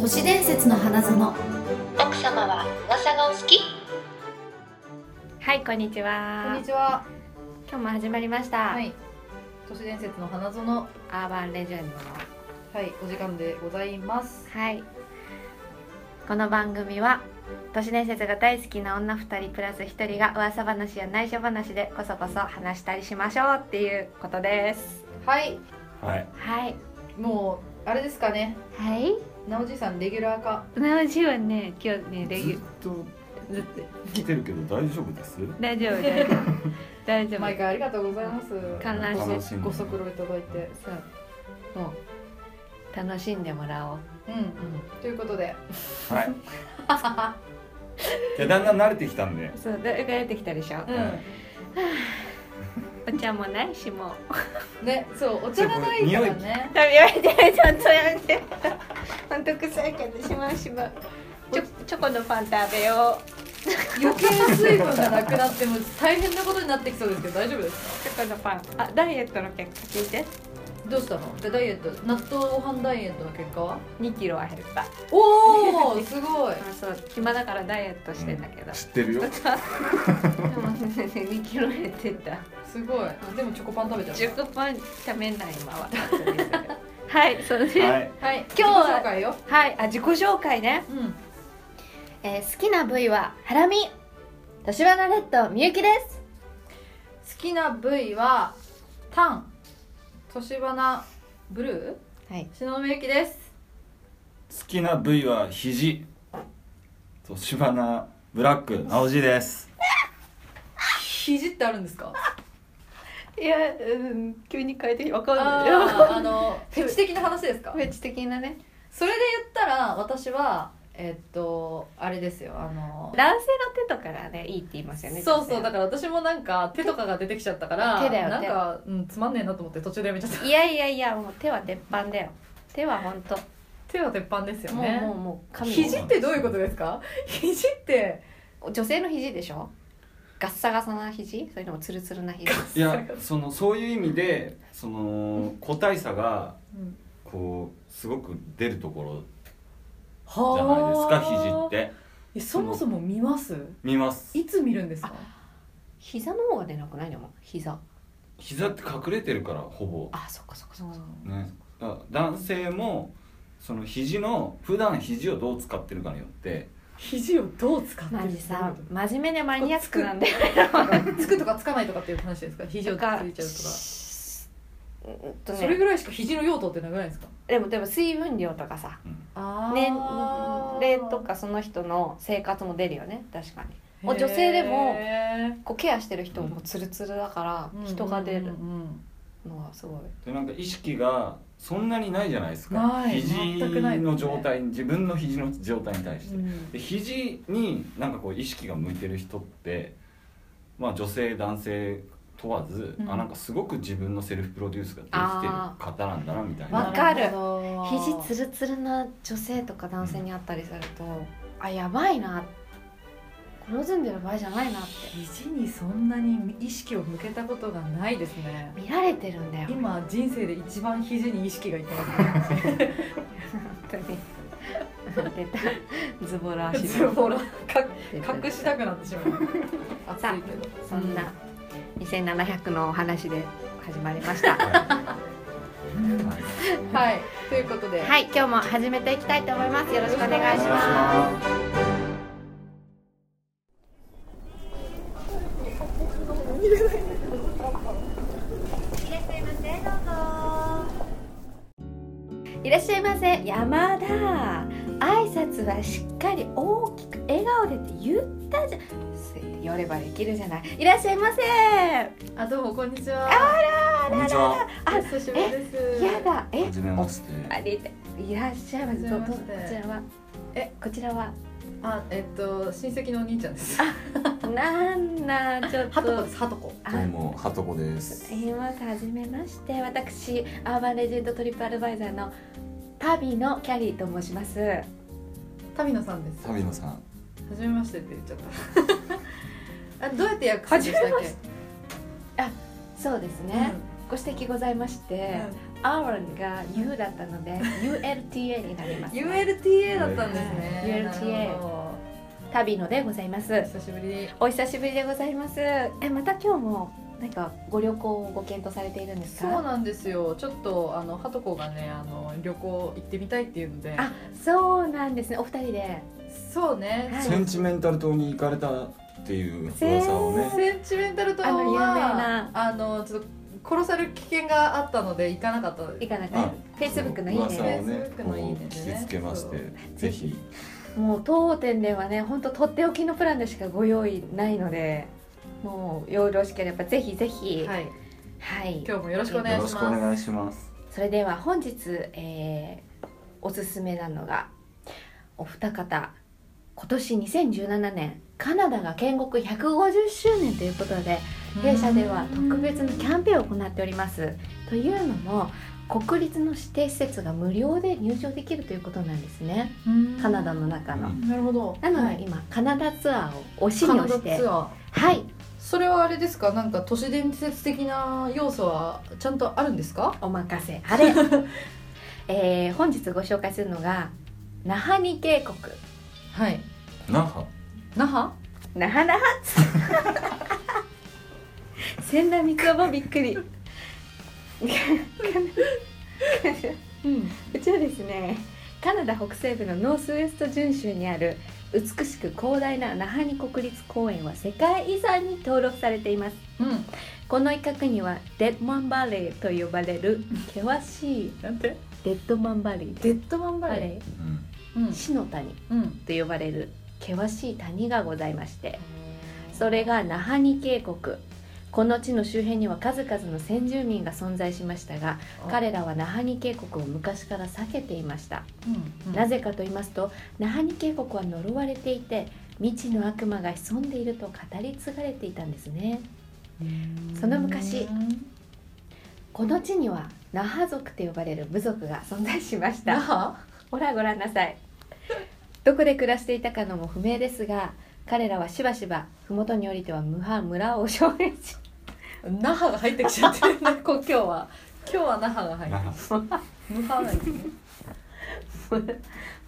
都市伝説の花園奥様は噂がお好きはいこんにちはこんにちは。今日も始まりました、はい。都市伝説の花園。はアーバンレジェンドのい、お時間でございます。はいこの番組は都市伝説が大好きな女2人プラス1人が噂話や内緒話でこそこそ話したりしましょうっていうことですはい。はい。はいもうあれですかね。はいなおじいさんレギュラー化。なおじはね今日ねずレっギュとずっと来てるけど大丈夫です？大丈夫大丈夫大丈夫毎回ありがとうございます。観覧車楽しんでご足労いただいて。そうもう楽しんでもらおう、うん。うということで。はい。いやだんだん慣れてきたんで。ん、そうだ帰ってきたでしょ、う。お茶もないしもうんね、そうお茶がないからね。やめて、ちょっとやめ て。本当臭いけど、しまうしまう。チョチョコのパン食べよう。余計水分がなくなっても大変なことになってきそうですけど大丈夫ですか。チョコのパン。あ、ダイエットの結果聞いて。どうしたの？でダイエット納豆飯ダイエットの結果は？ 2キロは減った。あ、おお すごい。そう、暇だからダイエットしてんだけど。知って るよ。でも、2キロ減ってた。すごい。でもチョコパン食べちゃう。チョコパン食べない今は。 はい、そうです。ははい、い。はい。今日は自己紹介よ。あ、自己紹介ね。うん。えー好きな部位はハラミ年花レッドみゆきです好きな部位はタン年花ブルーはい篠宮ゆきです好きな部位は肘。とシバナブラック青じです。肘ってあるんで すかいや、うん、急に変えて、わかんあー あのフェチ的な話ですかフェチ的なね。それで言ったら私はえっとあれですよあの男性の手とかがね、いいって言いますよね。そうそうだら。から私もなんか手とかが出てきちゃったから手だよ手なんか、うん、つまんねえなと思って途中でやめちゃっ たいやいやいやもう手は鉄板だよ手は本当、手は鉄板ですよもうねもうもう神肘ってどういうことですか肘って女性の肘でしょガッサガサな肘それともツルツルな肘いやそのそういう意味でその個体差がうんこうすごく出るところじゃないですはか肘ってえそもそも見ます見ます。いつ見るんですか膝の方が出なくないでも膝膝って隠れてるからほぼ。あそっかそっかそっかそっかね、だから男性もその肘の普段肘をどう使ってるかによって肘をどう使ってマるジさ真面目でマニアックなんでつくとかつかないとかっていう話ですか肘をついちゃうとか うんとそれねぐらいしか肘の用途ってなくないですかでもでも水分量とかさ年齢とかその人の生活も出るよね確かにもう女性でもこうケアしてる人もツルツルだから人が出るのはすごいでなんか意識がそんなにないじゃないですかない肘全くないですねの状態に自分の肘の状態に対して、で肘になんかこう意識が向いてる人って、まあ、女性男性問わず、うんあなんかすごく自分のセルフプロデュースができてる方なんだなみたいわなかる肘肘つるつるな女性とか男性に会ったりすると、あやばいな黒ずんでる場合じゃないなって肘にそんなに意識を向けたことがないですね見られてるんだよ今人生で一番肘に意識がいってますね本当に 出たズボラ足 ズボラか出た隠したくなってしまう 暑さいけどあそんな2700のお話で始まりましたはいはいということではい今日も始めていきたいと思いますよろしくお願いしますいらっしゃいませ山田挨拶はしっかり大きく笑顔でって言ったじゃんついて寄ればできるじゃないいらっしゃいませあどうもこんにちは。こんにちはあ久しぶりです。や。だえはじめましてありいらっしゃいませどうぞはこじめましてちらはえこちらはあえっと親戚のお兄ちゃんです。なんなちょっとハトコですハトコ。あどうもはとこです言いますはじめまして私アーバンレジェンドトリップアドバイザーのタビのキャリーと申しますタミノさんです。はビ野さんじめましてって言っちゃった。あどうやって訳すんでしたっけ？そうですね、ご指摘ございまして、アーロンが U だったので ULTA になります、 ULTA だったんですね。 ULTA なるほ旅のでございますど久しぶり。お久しぶりでございますえまた今日もなんかご旅行をご検討されているんですそかうなんですよ。ちょっとあのハトコがねあの旅行行ってみたいっていうので。あそうなんですねお二人でそうね。はいセンチメンタル島に行かれたっていう噂をねセンチメンタル島はあの有名なあのちょっと殺される危険があったので行かなかったいかなあかフェイスブックのいい噂をねね Facebook のいいねこう聞きつけましそてぜひもう当店ではね本当とっておきのプランでしかご用意ないのでもうよろしければぜひぜひはいはい今日もよろしくお願よいろししくおま願いしますそれでは本日、えーおすすめなのがお二方今年2017年カナダが建国150周年ということです弊社では特別のキャンペーンを行っておりますというのも国立の指定施設が無料で入場できるということなんですねうんカナダの中の、なるほどなのはでい今、カナダツアーを推しカにナ推ダしてツアーはいそれはあれですかなんか都市伝説的な要素はちゃんとあるんですかお任せあ れ、えー本日ご紹介するのがナハニ渓谷はい那覇那覇なはなはつ。千田光夫もびっくり。うんうちはですね、カナダ北西部のノースウェスト準州にある美しく広大な那覇に国立公園は世界遺産に登録されています。うんこの一角にはデッドマンバレーと呼ばれる険しいなんてデッドマンバレーデッドマンババレレうんーー死の谷うんうんと呼ばれる険しい谷がございましてそれが那覇に渓谷この地の周辺には数々の先住民が存在しましたが彼らは那覇に渓谷を昔から避けていました、うんなぜかと言いますと那覇に渓谷は呪われていて未知の悪魔が潜んでいると語り継がれていたんですねその昔うんこの地には那覇族と呼ばれる部族が存在しまし那た覇ほらご覧なさいどこで暮らしていたかのも不明ですが彼らはしばしば麓に降りては無派村を消滅 し那覇が入ってきちゃってる ねこう今日は今日は那覇が入那って覇る無覇なんですね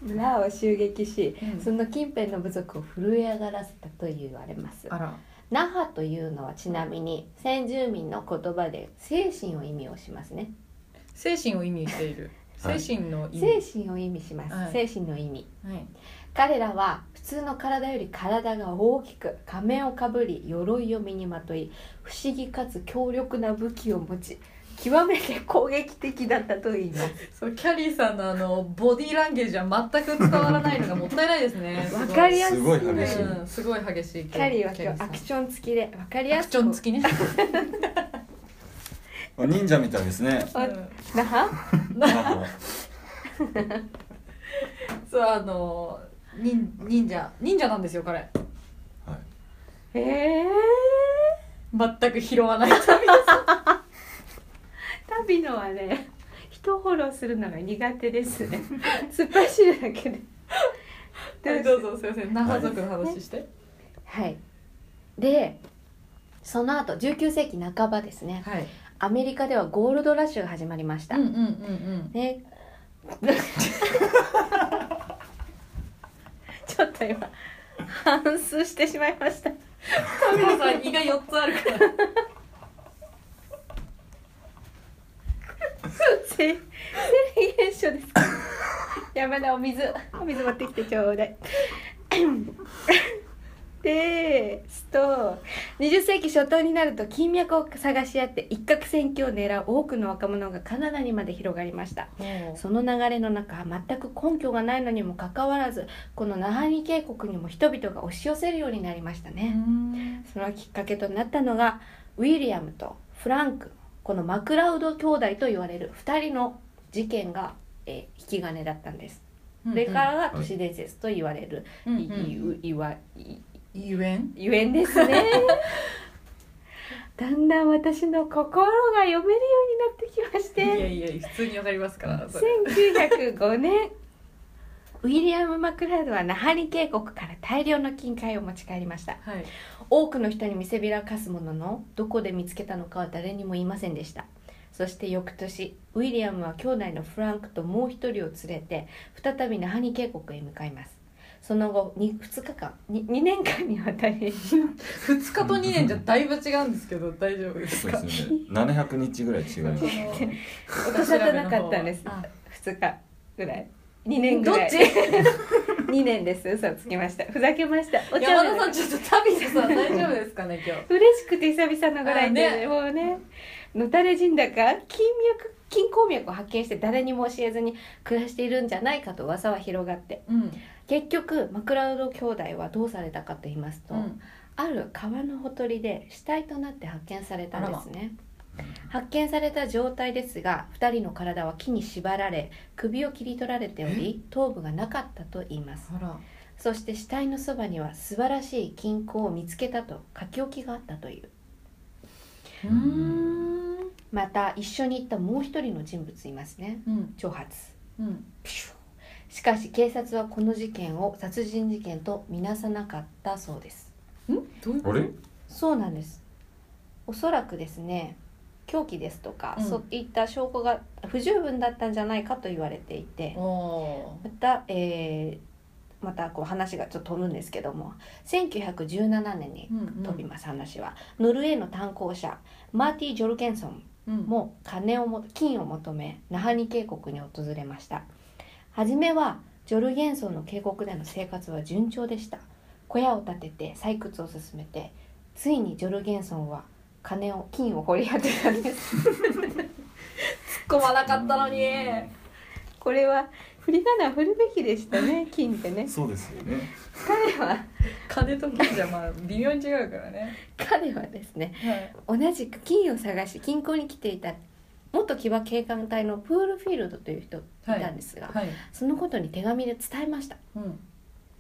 村を襲撃しうんその近辺の部族を震え上がらせたと言われますあら那覇というのはちなみに先住民の言葉で精神を意味をしますね精神を意味しているは精い神の意味精神を意味します、はい精神の意味はい彼らは普通の体より体が大きく仮面をかぶり鎧を身にまとい不思議かつ強力な武器を持ち極めて攻撃的だったといいますそうキャリーさんのあのボディーランゲージは全く伝わらないのがもったいないですねわかりややすいすごいすごい激しいうんすごい激しいキャリーは今日さアんクション付きでわかりアやクすション付きね忍者みたいで すねあうん那覇 那覇そうあの忍忍者忍者なんですよ彼はいへえ全く拾 わないと旅のはね人フォローするのが苦手です ね突っ走るだけではいどうぞすいません那覇族の話してはいでその後19世紀半ばですねはいアメリカではゴールドラッシュが始まりました、うんうんうんうんね ちょっと今反芻してしまいましたカメラさん胃が四つあるから生理現象ですか山田お水お水持ってきてちょうだい ですと20世紀初頭になると金脈を探し合って一攫千金を狙う多くの若者がカナダにまで広がりましたその流れの中全く根拠がないのにもかかわらずこのナハニ渓谷にも人々が押し寄せるようになりましたね、うんそのきっかけとなったのがウィリアムとフランクこのマクラウド兄弟と言われる2人の事件が、えー引き金だったんです、それからが都市伝説と言われる、うんうんいいういわいゆえんゆえんですね だんだん私の心が読めるようになってきましいやていや普通にわかりますからそれ1905年ウィリアム・マクラウドはナハリ渓谷から大量の金塊を持ち帰りましたはい多くの人に見せびらかすもののどこで見つけたのかは誰にも言いませんでしたそして翌年ウィリアムは兄弟のフランクともう一人を連れて再び那覇に渓谷へ向かいますその後 2, 2日間 2, 2年間にわたり 2日と2年じゃだいぶ違うんですけど大丈夫ですそうかですね700日ぐらい違い ますお年はなかったんですあ2日ぐらい2年ぐどっらいち2年です嘘つきましたふざけましたお山茶田さんちょっと旅でさ大丈夫ですかね今日嬉しくて久々のぐらいで、あねもうね野垂れ人だか金脈金鉱脈を発見して誰にも教えずに暮らしているんじゃないかと噂は広がってうん結局マクラウド兄弟はどうされたかと言いますと、うんある川のほとりで死体となって発見されたんですね、ね発見された状態ですが2人の体は木に縛られ首を切り取られており頭部がなかったと言いますあらそして死体のそばには素晴らしい金庫を見つけたと書き置きがあったといううーんまた一緒に行ったもう一人の人物いますねうん挑発うんピシュッしかし警察はこの事件を殺人事件と見なさなかったそうですどういうあれそうなんですおそらくですね凶器ですとか、うんそういった証拠が不十分だったんじゃないかと言われていて、おまた、えーまたこう話がちょっと飛ぶんですけども1917年にーうん飛びます、話はノルウェーの炭鉱者マーティ・ジョルケンソンうんも金をも金を求め那覇に渓谷に訪れました初めはジョルゲンソンの渓谷での生活は順調でした小屋を建てて採掘を進めてついにジョルゲンソンは金を金を掘り当てたんです突っ込まなかったのにこれは振り仮名振るべきでした ね金ってねそうですよね彼は金と金じゃまあ微妙に違うからね彼はですねはい同じく金を探し近郊に来ていた元騎馬警官隊のプールフィールドという人いたんですが、はいそのことに手紙で伝えましたうん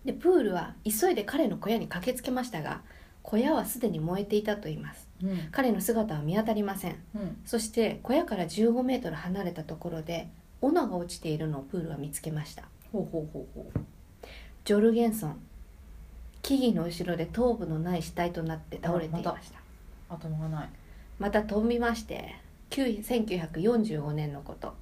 でプールは急いで彼の小屋に駆けつけましたが小屋はすでに燃えていたと言いますうん彼の姿は見当たりませんうんそして小屋から1 5メートル離れたところで斧が落ちているのをプールは見つけましたほうほうほうほジョルゲンソン木々の後ろで頭部のない死体となって倒れていましたあまう頭がないまた飛びまして9 1945年のことう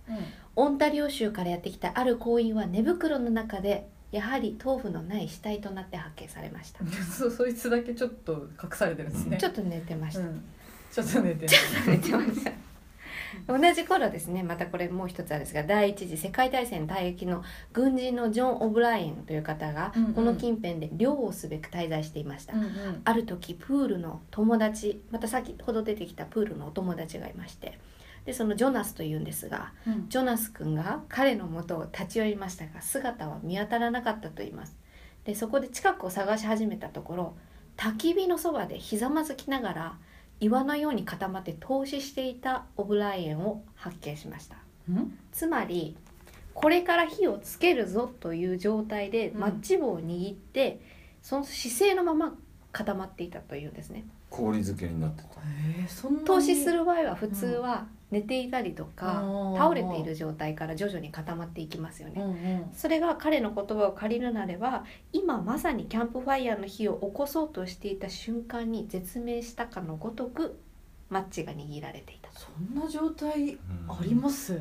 オンタリオ州からやってきたある行員は寝袋の中でやはり頭部のない死体となって発見されましたん そそいつだけちょっと隠されてるんですねちょっと寝てました、うんちょっと寝てる寝てました 同じ頃ですねまたこれもう一つあるんですが第一次世界大戦退役の軍人のジョン・オブライエンという方がうんうんこの近辺で漁をすべく滞在していました、うんうんある時プールの友達また先ほど出てきたプールのお友達がいましてでそのジョナスというんですがうんジョナス君が彼の元を立ち寄りましたが姿は見当たらなかったと言いますでそこで近くを探し始めたところ焚き火のそばでひざまずきながら岩のように固まって凍死していたオブライエンを発見しましたうんつまりこれから火をつけるぞという状態でうんマッチ棒を握って、その姿勢のまま固まっていたというんですね氷漬けになってたえーそんなに凍死する場合は普通は寝ていたりとか、うん倒れている状態から徐々に固まっていきますよねうんうんそれが彼の言葉を借りるなれば今まさにキャンプファイヤーの火を起こそうとしていた瞬間に絶命したかのごとくマッチが握られていたそんな状態うんあります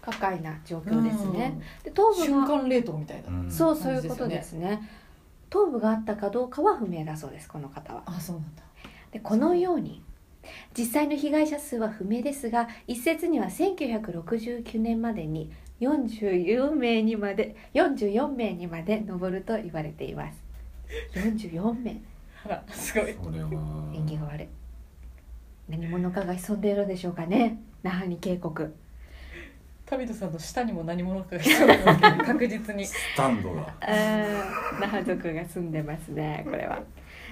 不可解な状況ですね、でう頭ん瞬部が間冷凍みたいなうんそううんそういうことですね頭部があったかどうかは不明だそうですこの方はあそうなんだでこのように実際の被害者数は不明ですが一説には1969年までに44名にまで44名にまで上ると言われています44名あらすごいそれは縁起が悪い何者かが潜んでいるんでしょうかね那覇に渓谷旅人さんの下にも何者かが潜んでるわけね確実にスタンドが那覇族が住んでますねこれは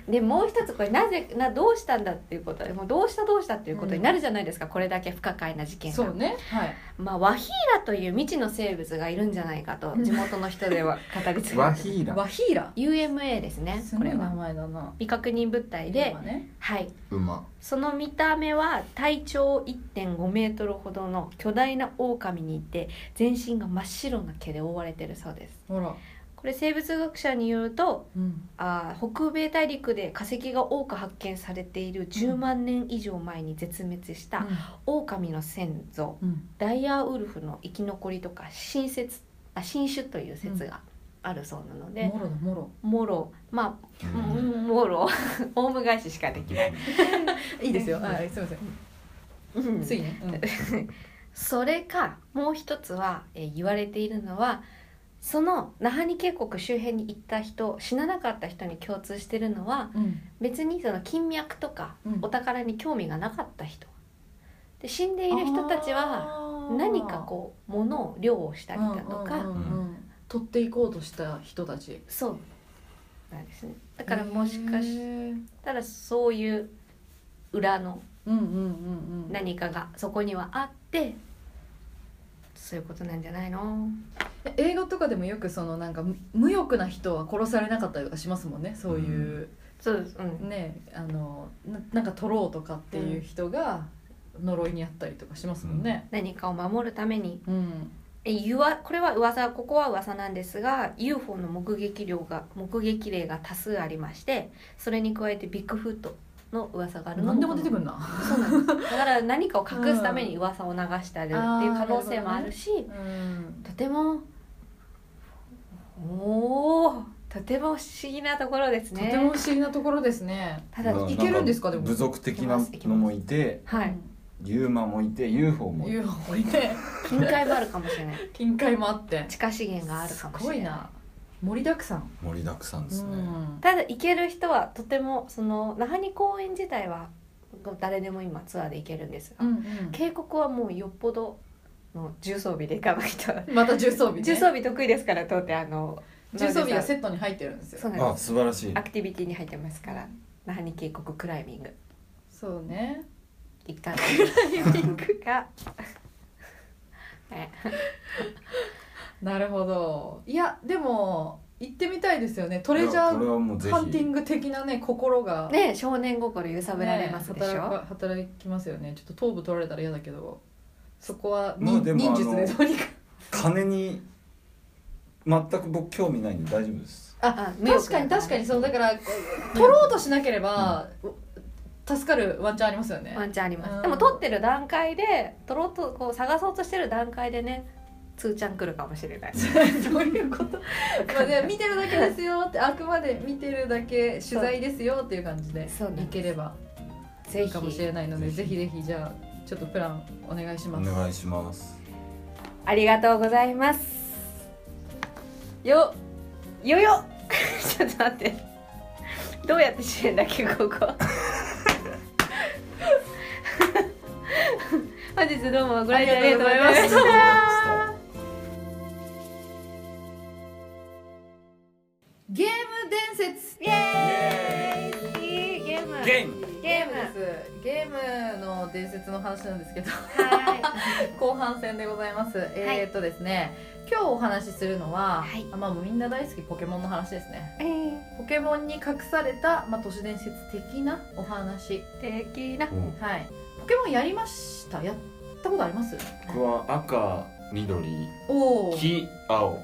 でもう一つこれなぜなどうしたんだっていうことでもうどうしたどうしたっていうことになるじゃないですか、これだけ不可解な事件がそうねはいまあワヒーラという未知の生物がいるんじゃないかと地元の人では語り継がワれてヒるーラワヒーラ UMA ですねすこごれい名は前だな未確認物体で今、ねはい、馬その見た目は体長1.5メートルほどの巨大な狼にいて全身が真っ白な毛で覆われてるそうですほらこれ生物学者によるとうんあー北米大陸で化石が多く発見されている10万年以上前に絶滅したオオカミの先祖うんダイヤウルフの生き残りとか新説あ新種という説があるそうなので、もろだもろもろまあうんもろ オウム返ししかできない、いいですよはいすいませんうんついね うんそれかもう一つは、えー言われているのはその那覇に渓谷周辺に行った人死ななかった人に共通してるのはうん別にその金脈とかうんお宝に興味がなかった人で死んでいる人たちは何かこう物を漁をしたりだとか、うんうんうん取っていこうとした人たちそうなんですねだからもしかしへーたらそういう裏のうんうんうんうん何かがそこにはあってそういうことなんじゃないの映画とかでもよくそのなんか無無欲な人は殺されなかったりとかしますもんねそういう、そうですうんねあのななんか取ろうとかっていう人が呪いにあったりとかしますもんね何かを守るためにうん、え言わこれは噂ここは噂なんですが UFO の目撃量が目撃例が多数ありましてそれに加えてビッグフットの噂があるの何でも出てるくるな、そうなんですだから何かを隠すために噂を流してあるっていう可能性もあるし、うん、とてもおーとても不思議なところですとねても不思議なところですねただういけるんですかなでも部族的なのもいてはいユーマもいて UFO もいて UFO いて近海もあるかもしれない近海もあって地下資源があるかもしれすごないいな盛りだくさん盛りだくさんですね、うんただ行ける人はとてもその那覇に公園自体は誰でも今ツアーで行けるんですが、うんうん渓谷はもうよっぽどの重装備で行かないと、また重装備、ね、 重装備得意ですから当店あの重装備がそうセットに入ってるんですよなんあです素晴らしいアクティビティに入ってますから那覇に渓谷クライミングそうね行ったんですクライミング がねなるほどいやでも行ってみたいですよねトレジャこれーはもうぜハンティンひグ的なね心がね少年心揺さぶられますでしょ、ね働く働きますよねちょっと頭部取られたら嫌だけどそこはまあ忍,、でも忍術あでのどうにか金に全く僕興味ないんで大丈夫ですあ無欲確かに確かにそうだから取ろうとしなければ、助かるワンチャンありますよねワンチャンあります、うんでも撮ってる段階で撮ろうとこう探そうとしてる段階でねつーちゃん来るかもし れないどうい うことまあでも見てるだけですよってあくまで見てるだけ取材ですよっていう感じでそうなんでいすければいぜいかもしれひないのでぜぜひひぜひじゃあちょっとプランお願いしおます願いしますありがとうございますよよよ ちょっと待ってどうやって知るんだっけここ 本日どうもご来店ありがとうございましたゲーム伝説イエーイゲームゲームゲームですゲームの伝説の話なんですけどは後半戦でございます、えーっとですね今日お話しするのは、はいあまあもうみんな大好きポケモンの話ですねいえポケモンに隠された、まあ、都市伝説的なお話ー的なうんはいポケモンやりましたやったことあります 僕は赤緑おー黄青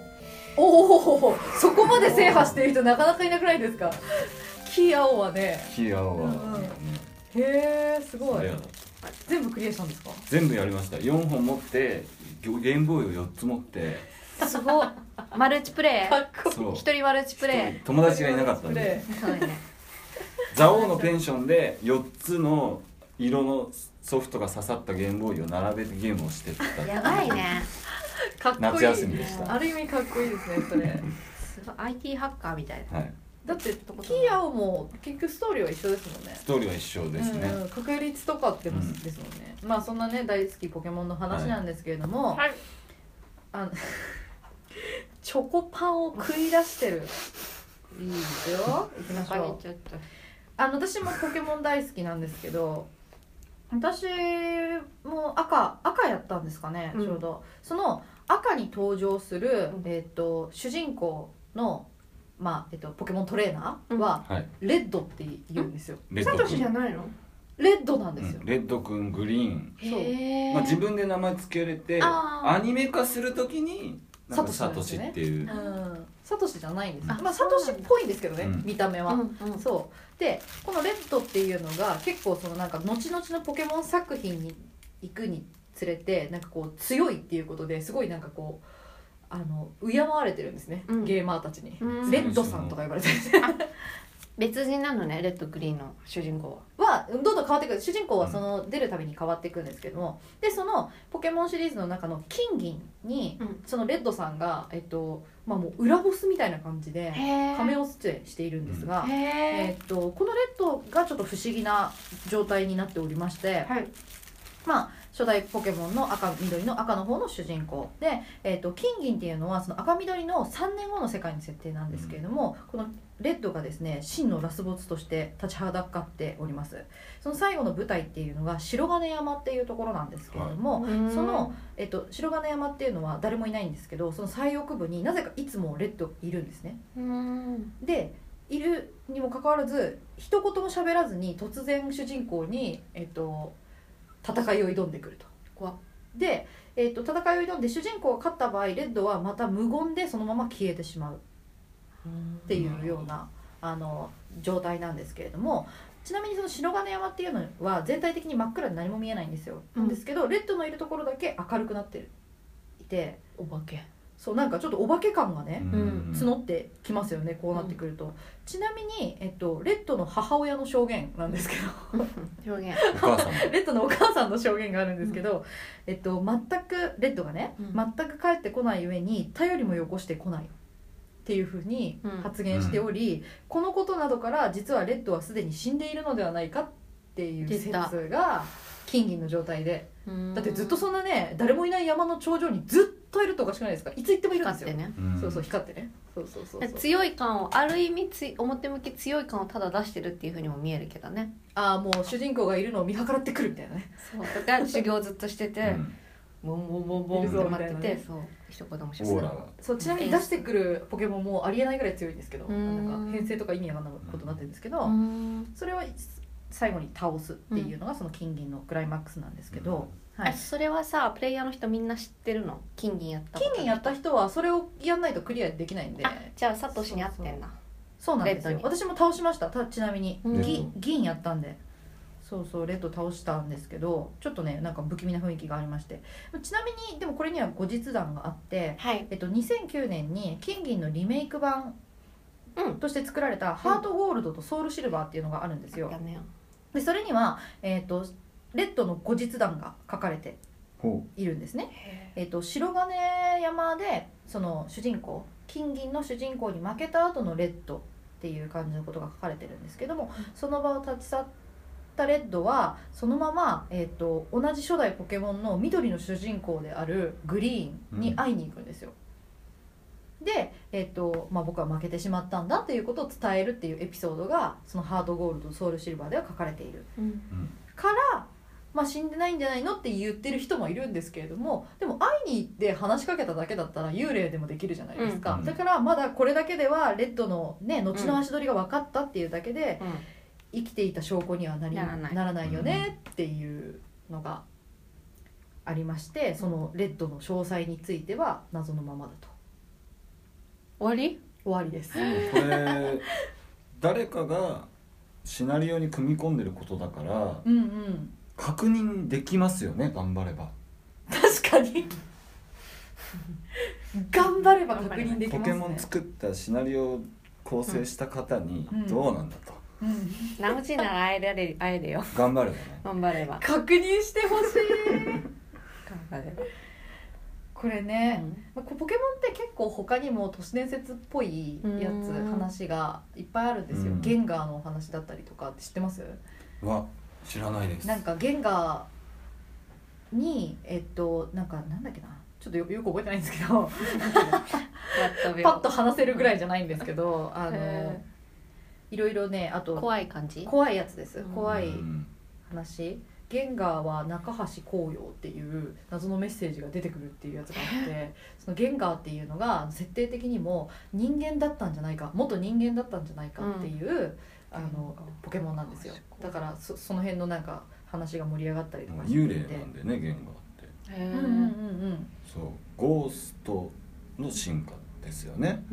おおそこまで制覇している人なかなかいなくないですかキアオはね黄青うは、んうんねへえすごいレアだった全部クリアしたんですか全部やりました4本持ってゲゲームボーイを4つ持ってすごいマルチプレイっこそう一人マルチプレ一人友達がいなかったんでイそうね蔵王のペンションで4つの色のソフトが刺さったゲームボーイを並べてゲームをしてたやばいねかっこいい夏休みでしたある意味かっこいいですねそれすごい IT ハッカーみたいなはいだってキアオも結局ストーリーは一緒ですもんねストーリーは一緒ですね、うん、確率とかってもうんですもんね、まあそんなね大好きポケモンの話なんですけれども、はいあの チョコパンを食い出してるいいですよ行きましょうちょっとあの私もポケモン大好きなんですけど私も赤赤やったんですかね、うんちょうどその赤に登場する、うんえっと主人公の、まあえっとポケモントレーナーは、はいレッドって言うんですよ、レサットドシ君じゃないのレッドなんですよ、うんレッド君グリーン、そうへえまあ、自分で名前付けれてあーアニメ化するときになんかササトトシシなんっでていう、うんサトシじゃないんですあまあサトシっぽいんですけどね、うん見た目は、そうでこのレッドっていうのが結構そのなんか後々のポケモン作品に行くにつれてなんかこう強いっていうことですごいなんかこうあの敬われてるんですね、うんゲーマーたちに、うんレッドさんとか呼ばれてる別人なのねレッドグリーンの主人公はどんどん変わってくる主人公はその出るたびに変わっていくんですけどもでそのポケモンシリーズの中の金銀に、うんそのレッドさんが、えっとまあ、もう裏ボスみたいな感じではへ仮面を出演しているんですが、へえっとこのレッドがちょっと不思議な状態になっておりまして、はいまあ、初代ポケモンの赤緑の赤の方の主人公で、えっと金銀っていうのはその赤緑の3年後の世界の設定なんですけれども、このレッドがですね真のラスボスとして立ちはだかっておりますその最後の舞台っていうのが白金山っていうところなんですけれども、その、えっと、白金山っていうのは誰もいないんですけどその最奥部になぜかいつもレッドいるんですねうんでいるにもかかわらず一言も喋らずに突然主人公に、えっと、戦いを挑んでくると。怖っで、えっと、戦いを挑んで主人公が勝った場合レッドはまた無言でそのまま消えてしまうっていうような、あの状態なんですけれどもちなみにその白金山っていうのは全体的に真っ暗で何も見えないんですよ、うんなんですけどレッドのいるところだけ明るくなっていてお化けそうなんかちょっとお化け感がね、ん募ってきますよねこうなってくると、ちなみに、えっと、レッドの母親の証言なんですけど 表現お母さんもレッドのお母さんの証言があるんですけど、えっと、全くレッドがね、うん全く帰ってこない上に頼りもよこしてこないっていうふうにうん発言しており、このことなどから実はレッドはすでに死んでいるのではないかっていう出説たが金銀の状態でだってずっとそんなね誰もいない山の頂上にずっといるとおかしくないですかいつ行ってもいるんです光ってよ、ねう んそうそう光ってねそうそうそうそう強い感をある意味つい表向き強い感をただ出してるっていうふうにも見えるけどねああもう主人公がいるのを見計らってくるみたいなねそうとか修行ずっとしててうんボンボンボンボンって待っててそう一言もしオーラないがそうちなみに出してくるポケモンもありえないぐらい強いんですけどうんなんか編成とか意味わかんないことになってるんですけど、うんそれを最後に倒すっていうのがその金銀のクライマックスなんですけど、はあい、それはさプレイヤーの人みんな知ってるの金銀やったこと金銀やった人はそれをやんないとクリアできないんであじゃあサトシに合ってんだそうなんですよレッド私も倒しましたたちなみに、うんぎ銀やったんでそうそうレッド倒したんですけどちょっとねなんか不気味な雰囲気がありましてちなみにでもこれには後日談があって、はいえっと、2009年に金銀のリメイク版うんとして作られたハートゴールドとソウルシルバーっていうのがあるんですよや。めよでそれには、えっとレッドの後日談が書かれてほいるんですね。えっと白金山でその主人公金銀の主人公に負けた後のレッドっていう感じのことが書かれてるんですけどもその場を立ち去ったレッドはそのまま、えっと同じ初代ポケモンの緑の主人公であるグリーンに会いに行くんですよ。で、えっとまあ、僕は負けてしまったんだということを伝えるっていうエピソードがその「ハードゴールドソウルシルバー」では書かれているうんから、まあ、死んでないんじゃないのって言ってる人もいるんですけれどもでも会いに行って話しかけただけだったら幽霊でもできるじゃないですか、うんだからまだこれだけではレッドのね後の足取りが分かったっていうだけでうん生きていた証拠にはなりならないよねっていうのがありましてそのレッドの詳細については謎のままだと終わり 終わりですう。でもこれ誰かがシナリオに組み込んでることだからうんうん確認できますよね頑張れば確かに頑張れば確認できポますねケモン作ったシナリオを構成した方にうんどうなんだと、うん直ちなら会えられ会えるよ頑張ればね頑張れば確認してほしい頑張れば これね、まあこうポケモンって結構他にも都市伝説っぽいやつうん話がいっぱいあるんですよ、うんゲンガーのお話だったりとかって知ってますは知らないですなんかゲンガーにえっとなんかなんだっけなちょっとよよく覚えてないんですけ どパッと話せるぐらいじゃないんですけどあのへいろいろねあと怖い感じ怖いやつです、うん怖いうん話ゲンガーは中橋紅葉っていう謎のメッセージが出てくるっていうやつがあってそのゲンガーっていうのが設定的にも人間だったんじゃないか元人間だったんじゃないかっていう、あのポケモンなんですよだからそその辺のなんか話が盛り上がったりとかしてい幽て霊なんでね言語ってうんうんうんうんそうゴーストの進化ですよね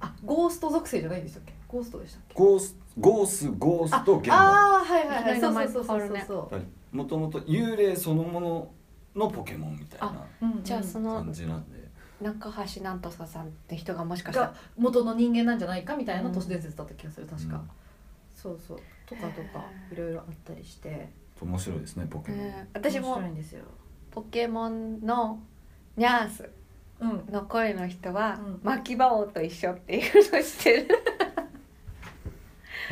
あゴースト属性じゃないんでしたっけゴーストでしたっけゴースゴースゴースと現代ああはいはいはいいきそなうりそうそう名前変わそうるねそう、もともと幽霊そのもののポケモンみたいなうんうんじゃあその感じなんで中橋なんとかさんって人がもしかしたらが元の人間なんじゃないかみたいな都市伝説だった気がする確か、うんそうそうとかとかいろいろあったりして面白いですねポケモンうん私面も白いんですよポケモンのニャースうんの声の人はうん牧場王と一緒っていうのして る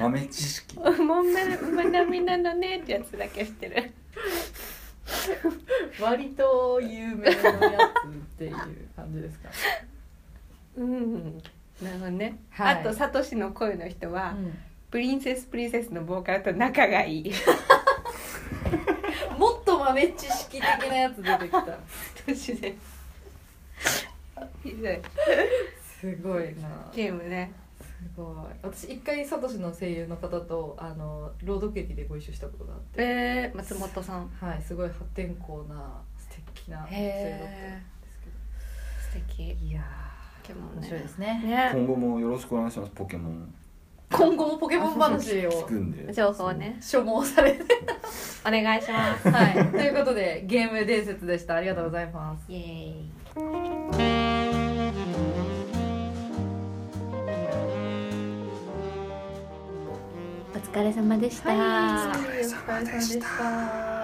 豆知識「もんまなみなのね」ってやつだけしてる割と有名なやつっていう感じですか、うんなるほどね、はいあとサトシの声の人は、うプリンセスプリンセスのボーカルと仲が いいん、もっと豆知識的なやつ出てきた私ねひどいすごいなゲームねすごい私一回サトシの声優の方とあの朗読劇でご一緒したことがあって、えー、松本さんはいすごい破天荒な素敵な声優だったんですけ素敵どいやポケモーン面白いねですねね今後もよろしくお願いしますポケモン今後もポケモン話聞をくんで情報ね所望されてお願いしますはいということでゲーム伝説でしたありがとうございますイエーイお疲れ様でした、お疲れ様でした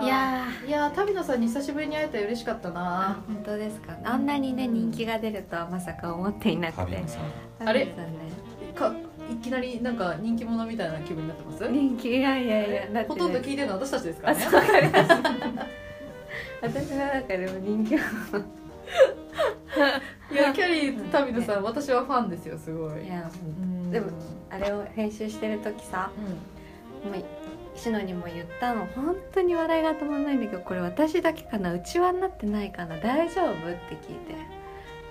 いやいやー旅野さんに久しぶりに会えたら嬉しかったーな本当ですかあんなにね人気が出るとはまさか思っていなく旅てのさんあれそうだねかいきなりなんか人気者みたいな気分になってます人気いやいやいやだってねほとんど聞いてるのは私たちですからあねそうわかりました私の中でも人気いやキャリーと旅野さん私はファンですよすごいいやうんでもあれを編集してる時さもうシノにも言ったの本当に笑いが止まんないんだけどこれ私だけかなうちわになってないかな大丈夫って聞いて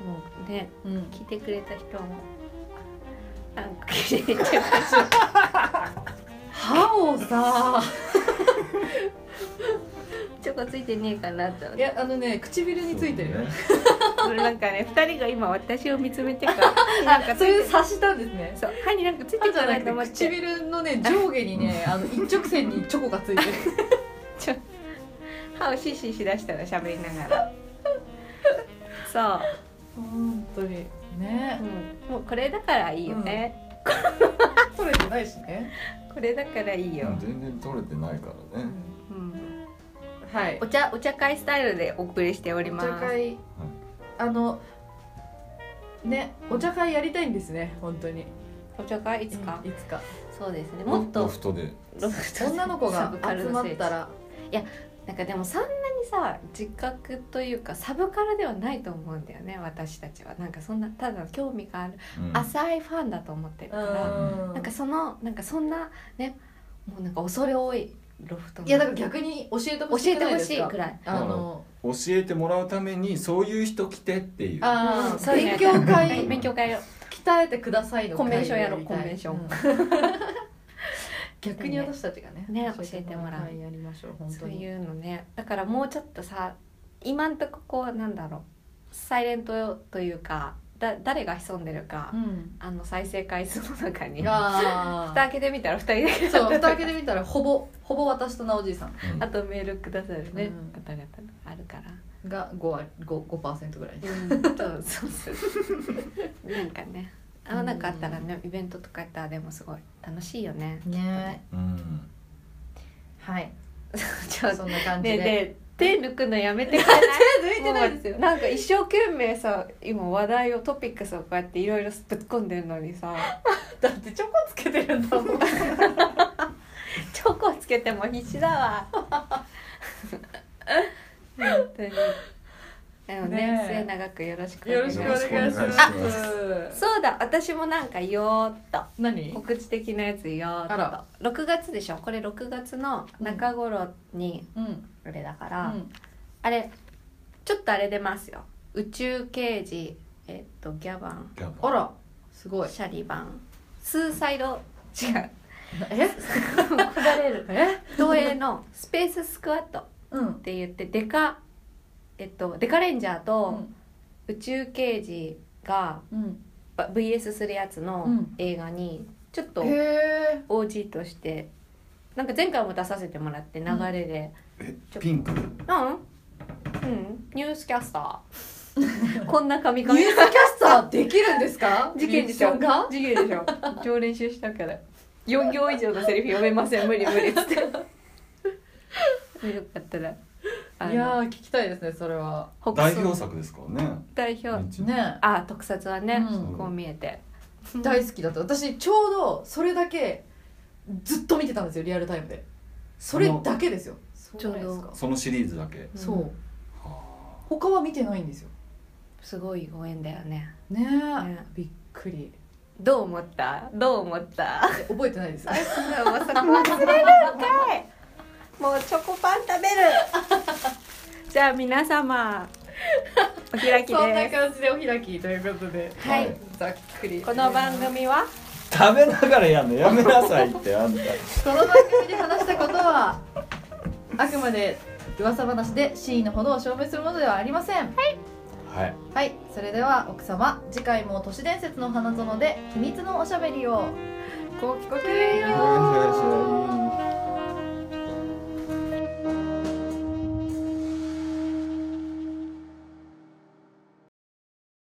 もうねうんうん聞いてくれた人もあなんか聞いてくれ た歯をさチョコついてねえかなって思っいてやあのね唇についてるよそうねなんかね二人が今私を見つめてから歯になんかつそういいう察したんですね そう歯になんかついて歯るじゃかななくと思ってて唇のね上下 にねあの一直線にチョコがついてる歯をシーシーしだしたら喋りながら そ本当にねう、うん、もうこれだからいいよね、取れてないしねこれだからいいよ、全然取れてないからねうん、はいお茶お茶会スタイルでお送りしておりますお茶会あのねお茶会やりたいんですね本当にお茶会いつか、うんいつかそうですねロもっロとフトでロフトで女の子サがブカル集のま聖っ地たら なんかでもそんなにさ自覚というかサブカルではないと思うんだよね私たちはなんかそんなただ興味があるうん浅いファンだと思ってるから、んなんかそのなんかそんなねもうなんか恐れ多いロフトのいやだから逆に教えてほ教しえくてないほでしすいかくらいあの教えてもらうためにそういう人来てっていうあうんーそういうの勉強はい会勉強会を鍛えてくださいの会コンベンションやろうりたいコンベンション うん逆に私たちがねね教えてもらうはいやりましょう本当そうにいうのねだからもうちょっとさ今んとここうなんだろうサイレントというかだ誰が潜んでるか、うんあの再生回数の中に蓋あ開けてみたら2人だけーそう蓋開けてみたらほぼほぼ私となおじいさんうんあとメールくださるね、うん方々あるから。が 5, 割 5, 5%ぐらいうん、そうそうそう。 なんかね、あうのんなんかあったらね、イベントとかやったらでもすごい楽しいよね。ねうんはいちょっそとんな感じねえで、ねえ手抜くのやめてく れな手抜いい。てないですもようなんか一生懸命さ今話題をトピックスをこうやっていろいろぶっ込んでるのにさだってチョコつけてるんだもんチョコつけても必死だわ 本当にでもねねえ末永くよろしくおよ願ろいししくおま願いすしますあそうだ私もなんか言おうっと何告知的なやつよーっとあら6月でしょこれ6月の中頃にうん、あれだかうら、ん、あれちょっとあれ出ますよ宇宙刑事えっとギャバンやっぱあらすごいシャリバンスーサイド違うえくだれるえ東映のスペーススクワットっ うんて言ってデカえっとデカレンジャーうとん宇宙刑事がうんば VS するやつのうん映画にちょっとへえ OG としてなんか前回も出させてもらって流れでちょピンクうん、うん、ニュースキャスタ ーこんな髪ニュー髪スキャスターできるんです か事件でしょリアクションが事件でしょ超練習したから4行以上のセリフ読めません無理無理っつってよかったらあのいやー聞きたいですねそれは北代総表作ですからね代表ねあ特撮はね、うんこう見えて大好きだった私ちょうどそれだけずっと見てたんですよリアルタイムでそれだけですよちょうどそうなんですかそのシリーズだけそううんは他は見てないんですよすごいご縁だよねねえねびっくりどう思ったどう思ったえ覚えてないです あいつらはそこ忘れるんかいもうチョコパン食べる じゃあ皆様お開きそんなで感じでお開きということであはいざっくりすこの番組は食べながらやんのやめなさいってあんたこの番組で話したことはあくまで噂話で真意のほどを証明するものではありませんはいはい、それでは奥様次回も都市伝説の花園で秘密のおしゃべりを こう聞こよろしくお願いします